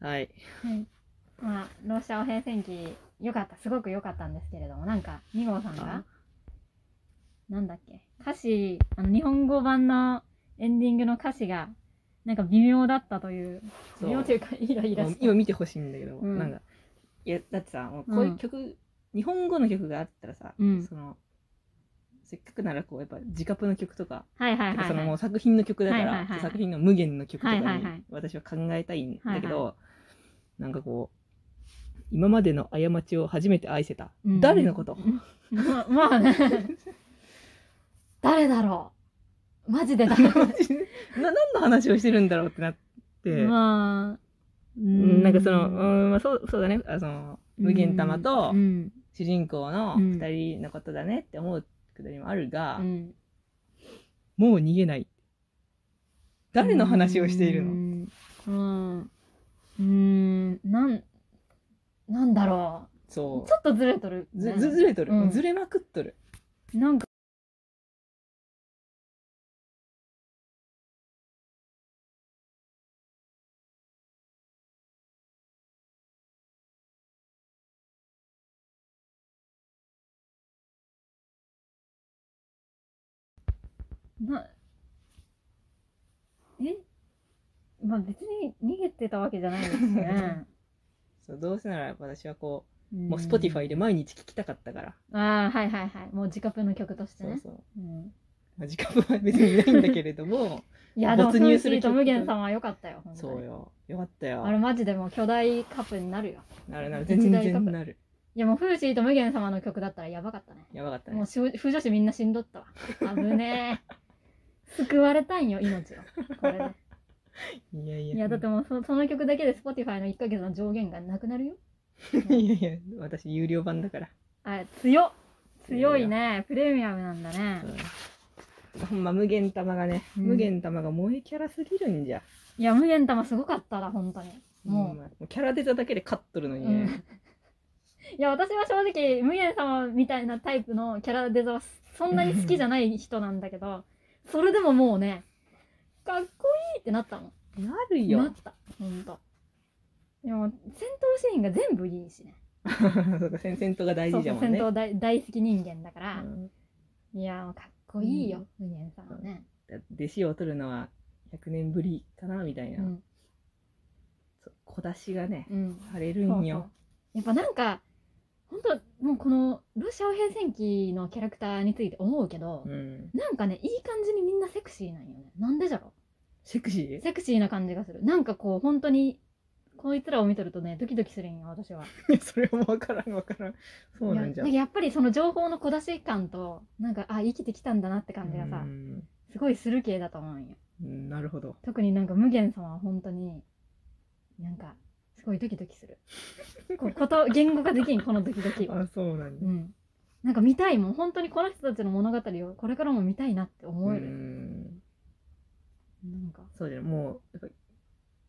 はい。はい。まあ、ロシア汚染戦記、良かった、すごく良かったんですけれども、なんか、二号さんがあ、なんだっけ、歌詞、あの、日本語版のエンディングの歌詞が、なんか微妙だったという、そう微妙というか、 イライラもうした今見てほしいんだけど、うんなんか、いや、だってさ、もうこういう曲、日本語の曲があったらさ、うんその、せっかくならこう、やっぱ自カプの曲とか、はいはいはいはい。そのもう作品の曲だから、はいはいはい作品の無限の曲とかにはいはいはい私は考えたいんだけど、はいなんかこう今までの過ちを初めて愛せ た、うん誰のこと、ままあね 誰だろうマジで誰な何の話をしてるんだろうってなって、まあううんなんかその、うんまあ、そうそうだねあその無限玉とうん主人公のうん2人のことだねって思うくだりもあるが、うんもう逃げない誰の話をしているの、うんうんうんなんなんだろうそちょっとずれとるうずねずずれとる、うんずれまくっとるなんかなえまあ別に逃げてたわけじゃないです ね。そうどうせなら私はこうももう Spotify で毎日聴きたかったから、ああはいはいはいもう自家プの曲としてそうね。そう、うんまあ、時間は別にないんだけれど もいや、でも、没ス入ミすシるーと曲無限様は良かったよ。本当にそうよよかったよあれ、マジでもう巨大カップになるよ。なるなる一大全カップ然なるいや、もう、フーシーと無限様の曲だったらやばかったね。やばかったもねう、しゅ風女子みんな死んどったわ。危ねえ。 救われたんよ、命を。これで。いやいやいや、だってもうそ、その曲だけで Spotify の1ヶ月の上限がなくなるよ。いやいや私有料版だから、あ、強っ強いね。プレミアムなんだね。うんほんま無限玉がね、うん無限玉が萌えキャラすぎるんじゃいや、無限様すごかったな、本当に。もほんう。まもうキャラ出ただけで勝っとるのにうねん、いや私は正直無限様みたいなタイプのキャラデザはそんなに好きじゃない人なんだけどそれでももうねかっこいいってなったのなるなよったほんとでも戦闘シーンが全部いいしねそうか戦戦闘が大そう事じそゃもんう戦ね闘大大好き人間だからう、んいやもうかっこいいよ、無限様ね、だって弟子を取るのは100年ぶりかなみたいうな、んそう小出しがねうん、されるそうんそうよやっぱなんか本当もうこのロシア王変戦記のキャラクターについて思うけど、うんなんかね、いい感じにみんなセクシーなんよね。なんでじゃろセクシセクシーな感じがする。なんかこう、本当に、こいつらを見とるとね、ドキドキするんよ、私は。ー それも分からん分からんそうなんじゃいややっぱりその情報の小出し感と、なんか、あ、生きてきたんだなって感じがさう、んすごいする系だと思うんよ。うんなるほど特になんか、無限様は本当に、なんか、すごいドキドキする。こうこと、言語化できん、このドキド キ。あそうなんうだん。なんか見たいもん、本当にこの人たちの物語をこれからも見たいなって思えうる。んなんか、そうじゃんもうやっぱり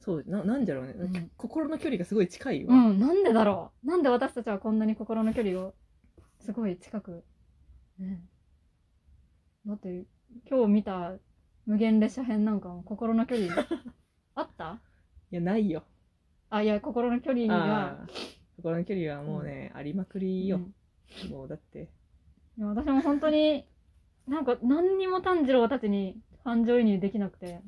そうななんじゃろうね、うん心の距離がすごい近いわ、うん、なんでだろう。なんで私たちはこんなに心の距離をすごい近く。ね、だって今日見た無限列車編なんかも心の 距離あったいやないよあ、いや、心の距離が。あー心の距離はもうね、ありまくりうよん、もうだっていや私も本当に、なんか何にも炭治郎たちに感情移入できなくて、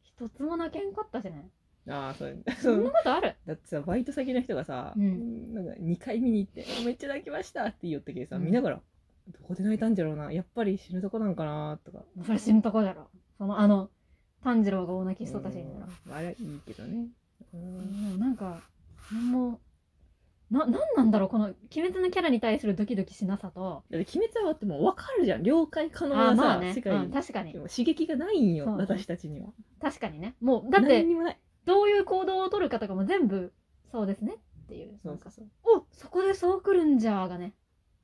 一つも泣けんかった しね。ああそうそそんなうことあるだってさバイト先の人がさ、うんなんか2回見に行って「めっちゃ泣きました」って言いよったけどさ、うん見ながら「どこで泣いたんじゃろうなやっぱり死ぬとこなんかな」とかそれ死ぬとこじゃろ。その、あの、炭治郎が大泣きしとったシーンだろ。うんあれはいいけどね、うんもうなんか、もう、な、なんなんだろう、この、鬼滅のキャラに対するドキドキしなさと、だって鬼滅はだってもう分かるじゃん了解可あ能なさ、ーまあね、世界うに、ん、確かにで、も刺激がないんよそうね私たちには確かにね。もう、だって何、にもないどういう行動を取るかとかも全部、そうですねっていう。そなうんそかうそうおそこでそう来るんじゃーがね、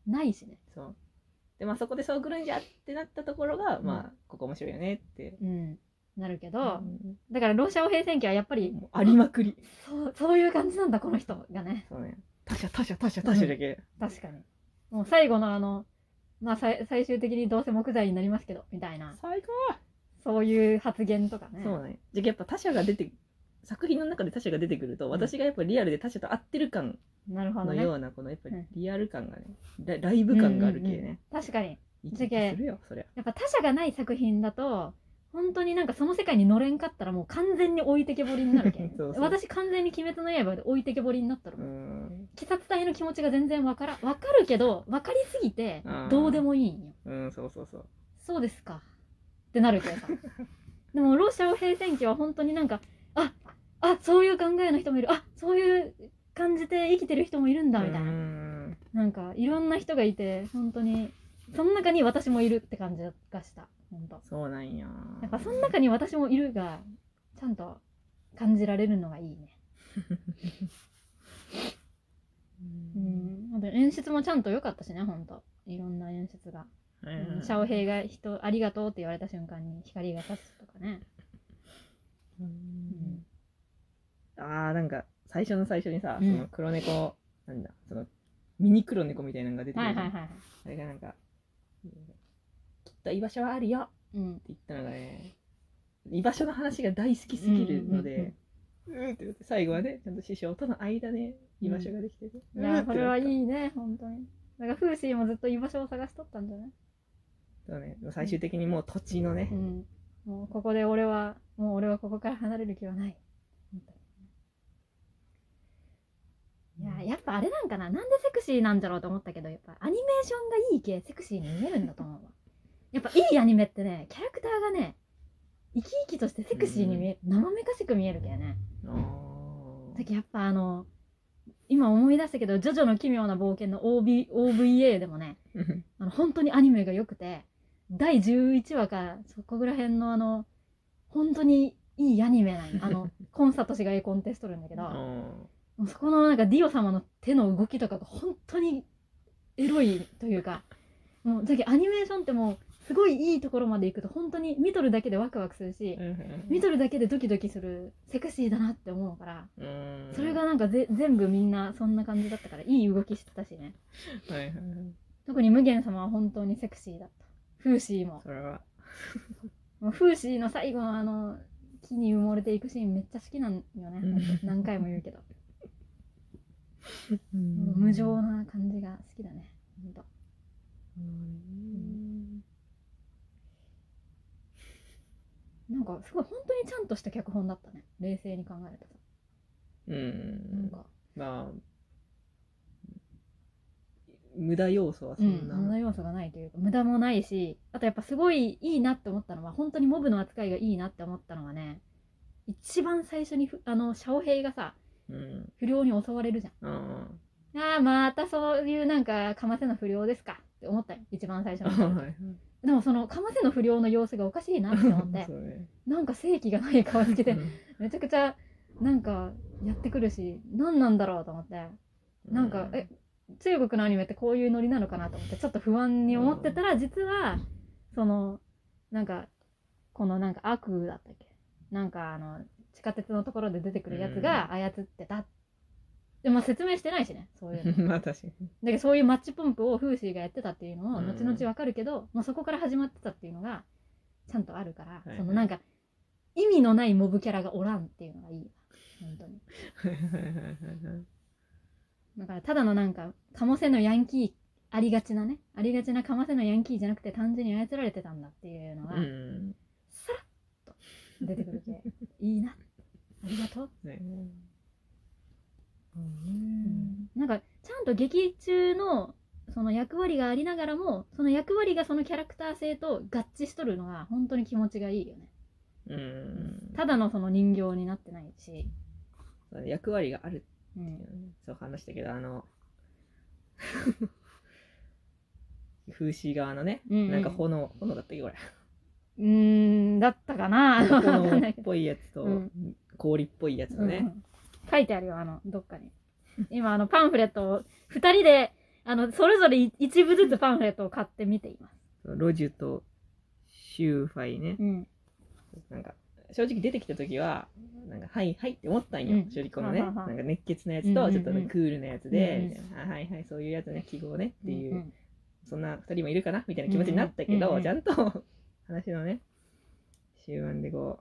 ないしね。そうでまあそこでそう来るんじゃってなったところが、まあここ面白いよねってうん。なるけど、うんだから、ロシアオ平戦記はやっぱり、もうありまくりそう、そういう感じなんだ、この人がね。そうね他者他者他者他者だけ、確かに。もう最後のあの、まあ、さい最終的にどうせ木材になりますけど、みたいな、最高、そういう発言とかね。そうねじゃあやっぱ他者が出て作品の中で他者が出てくるとん私がやっぱリアルで他者と合ってる感なるほどのね。ようなこのやっぱりうんリアル感がねラライブ感がある系うんうんうんね確かに。生き生きするよそりゃやっぱ他者がない作品だと、本当になんかその世界に乗れんかったらもう完全に置いてけぼりになるけん そうそう私完全に鬼滅の刃で置いてけぼりになったら、う鬼ん殺隊の気持ちが全然わからん。わかるけど、わかりすぎてあー、どうでもいいんよ。うんそうそうそうそうですか。ってなるけどさ。 でも、ロシアを平戦期は本当になんか、ああそういう考えの人もいる。あそういう感じで生きてる人もいるんだ、みたいな。うんなんか、いろんな人がいて、本当に、その中に私もいるって感じがした。本当。そうなんややっぱ、その中に私もいるが、ちゃんと感じられるのがいいね。うん。あと演出もちゃんと良かったしね、本当。いろんな演出が。ううんんシャオヘイが人、ありがとうって言われた瞬間に光が差すとかね。うんあーなんか最初の最初にさ、うんその黒猫なんだそのミニ黒猫みたいなのが出てくはるいじゃはん、いはい。あれがなんかきっと居場所はあるようんっ。て言ったのがね居場所の話が大好きすぎるので、うーって言って最後はねちゃんと師匠との間で居場所ができてて、いうーや、ってなったこれはいいね、本当に。だから、フーシーもずっと居場所を探しとったんじゃないそうね最終的にもう土地のねう、ん。もう、ここで俺は、もう俺はここから離れる気はない。本当にいや、やっぱあれなんかな。なんでセクシーなんだろうと思ったけど、やっぱアニメーションがいい系、セクシーに見えるんだと思うわ。 やっぱいいアニメってね、キャラクターがね、生き生きとしてセクシーに見え、生めかしく見えるけどね。あーだけどやっぱあの今思い出したけど「ジョジョの奇妙な冒険の OB」OVA でもねうんあの本当にアニメが良くて第11話かそこぐら辺のあの本当にいいアニメなんよあのコンサート氏が絵コンテストるんだけど あもーうそこのなんかディオ様の手の動きとかが本当にエロいというかもうだけどアニメーションってもうすごいいいところまで行くと本当に見とるだけでワクワクするしうん 見とるだけでドキドキするセクシーだなって思うから。うんそれがなんかぜ全部みんなそんな感じだったからいい動きしてたしねはいはいはい特に無限様は本当にセクシーだったフーシーもそれはもうフーシーの最後のあの木に埋もれていくシーンめっちゃ好きなんよねうんほんと何回も言うけどもう無情な感じが好きだねほんとうんなんかすごい本当にちゃんとした脚本だったね冷静に考えるとさうなんんかまあ無駄要素はそうんんな、そんな要素がないというか無駄もないしあとやっぱすごいいいなって思ったのは本当にモブの扱いがいいなって思ったのはね一番最初にふあのシャオヘイがさうん不良に襲われるじゃんあああまたそういうなんかかませの不良ですかって思ったよ一番最初あの はいでもそのかませの不良の様子がおかしいなって思って そうねなんか正気がない顔つけてうんめちゃくちゃなんかやってくるし何なんだろうと思ってなんか、え中国のアニメってこういうノリなのかなと思ってちょっと不安に思ってたら実はそのなんかこのなんか悪だったっけなんかあの地下鉄のところで出てくるやつが操ってた、でも説明してないしねそ ういうのまあ確かにだけどそういうマッチポンプをフーシーがやってたっていうのをうん後々わかるけど、もうそこから始まってたっていうのがちゃんとあるから、いはいそのなんか意味のないモブキャラがおらんっていうのがいいわ本当にだからただのなんかかもせのヤンキーありがちなねありがちなかませのヤンキーじゃなくて単純に操られてたんだっていうのが、うんさらっと出てくる系いいなありがとう、ねなんかちゃんと劇中のその役割がありながらもその役割がそのキャラクター性と合致しとるのが本当に気持ちがいいよねうんただのその人形になってないし、そうね役割があるうっていん、うねそう話したけどあの 風刺側のね、うんうんなんか炎炎だったっ けこれうーんだったかなわかん炎なっいけどぽいやつと、うん氷っぽいやつのうね、ん書いてあるよあのどっかに今あのパンフレットを2人であのそれぞれい一部ずつパンフレットを買って見ています、ロジュとシューファイね、うん、なんか正直出てきた時はなんかはいはいって思ったんよ、うん正直このねはあはあなんか熱血なやつとちょっとうんうんうんクールなやつで、うんうんみたいなあはいはいそういうやつね記号ねっていう、うんそんな2人もいるかなみたいな気持ちにな ったけど、うんうんちゃんと話のね終盤でこ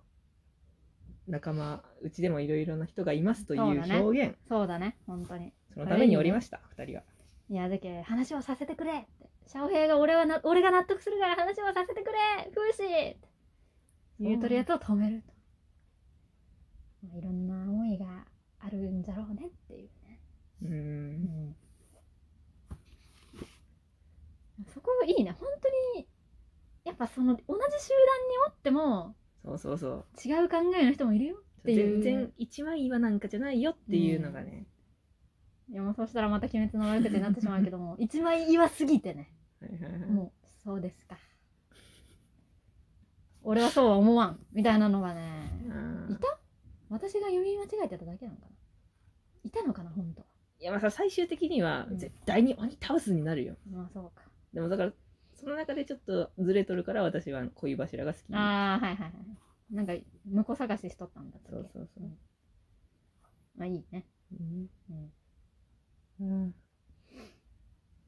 仲間うちでもいろいろな人がいますというそうだね表現そうだね本当にそのためにおりました二人はいやだけ話をさせてくれってシャオヘイが俺はな俺が納得するから話をさせてくれフーシーって言うとるやつを止めると、まあ、いろんな思いがあるんじゃろうねっていうね、うーんそこいいね本当にやっぱその同じ集団におってもそうそうそう違う考えの人もいるよっていう全然一枚岩なんかじゃないよっていうのがね、いやもうそうしたらまた鬼滅の悪口になってしまうけ ども一枚岩すぎてねはいはいはいもうそうですか俺はそうは思わんみたいなのがねうんいた私が読み間違えてただけなのかないたのかな本当はいやまあさ最終的にはうん絶対に鬼倒すになるよ、まあそうかでもだからその中でちょっとずれとるから私は恋柱が好きああはいはいはいなんか婿探ししとったんだっけそうそうそう、まあいいね、うんうん、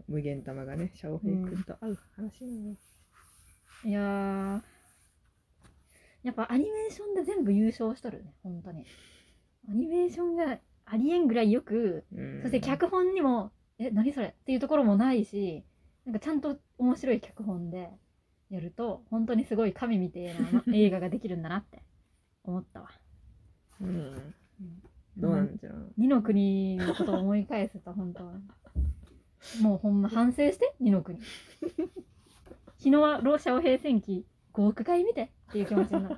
無限玉がねシャオヘイ君と会う話なのよ、いやーやっぱアニメーションで全部優勝しとるね本当にアニメーションがありえんぐらいよくうんそして脚本にも「え何それ?」っていうところもないしなんかちゃんと面白い脚本でやると本当にすごい神みたいな映画ができるんだなって思ったわ。うんどうなんじゃん二の国のことを思い返すと本当はもうほんま反省して二の国日野はロシアを平戦記5億回見てっていう気持ちになる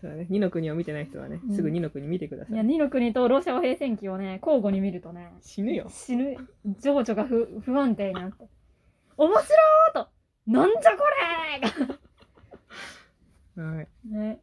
そうだね二の国を見てない人はね、うんすぐ二の国見てくださいいや二の国とロシアを平戦記をね交互に見るとね死ぬよ死ぬ情緒が不不安定になって面白ーとなんじゃこれーがはいね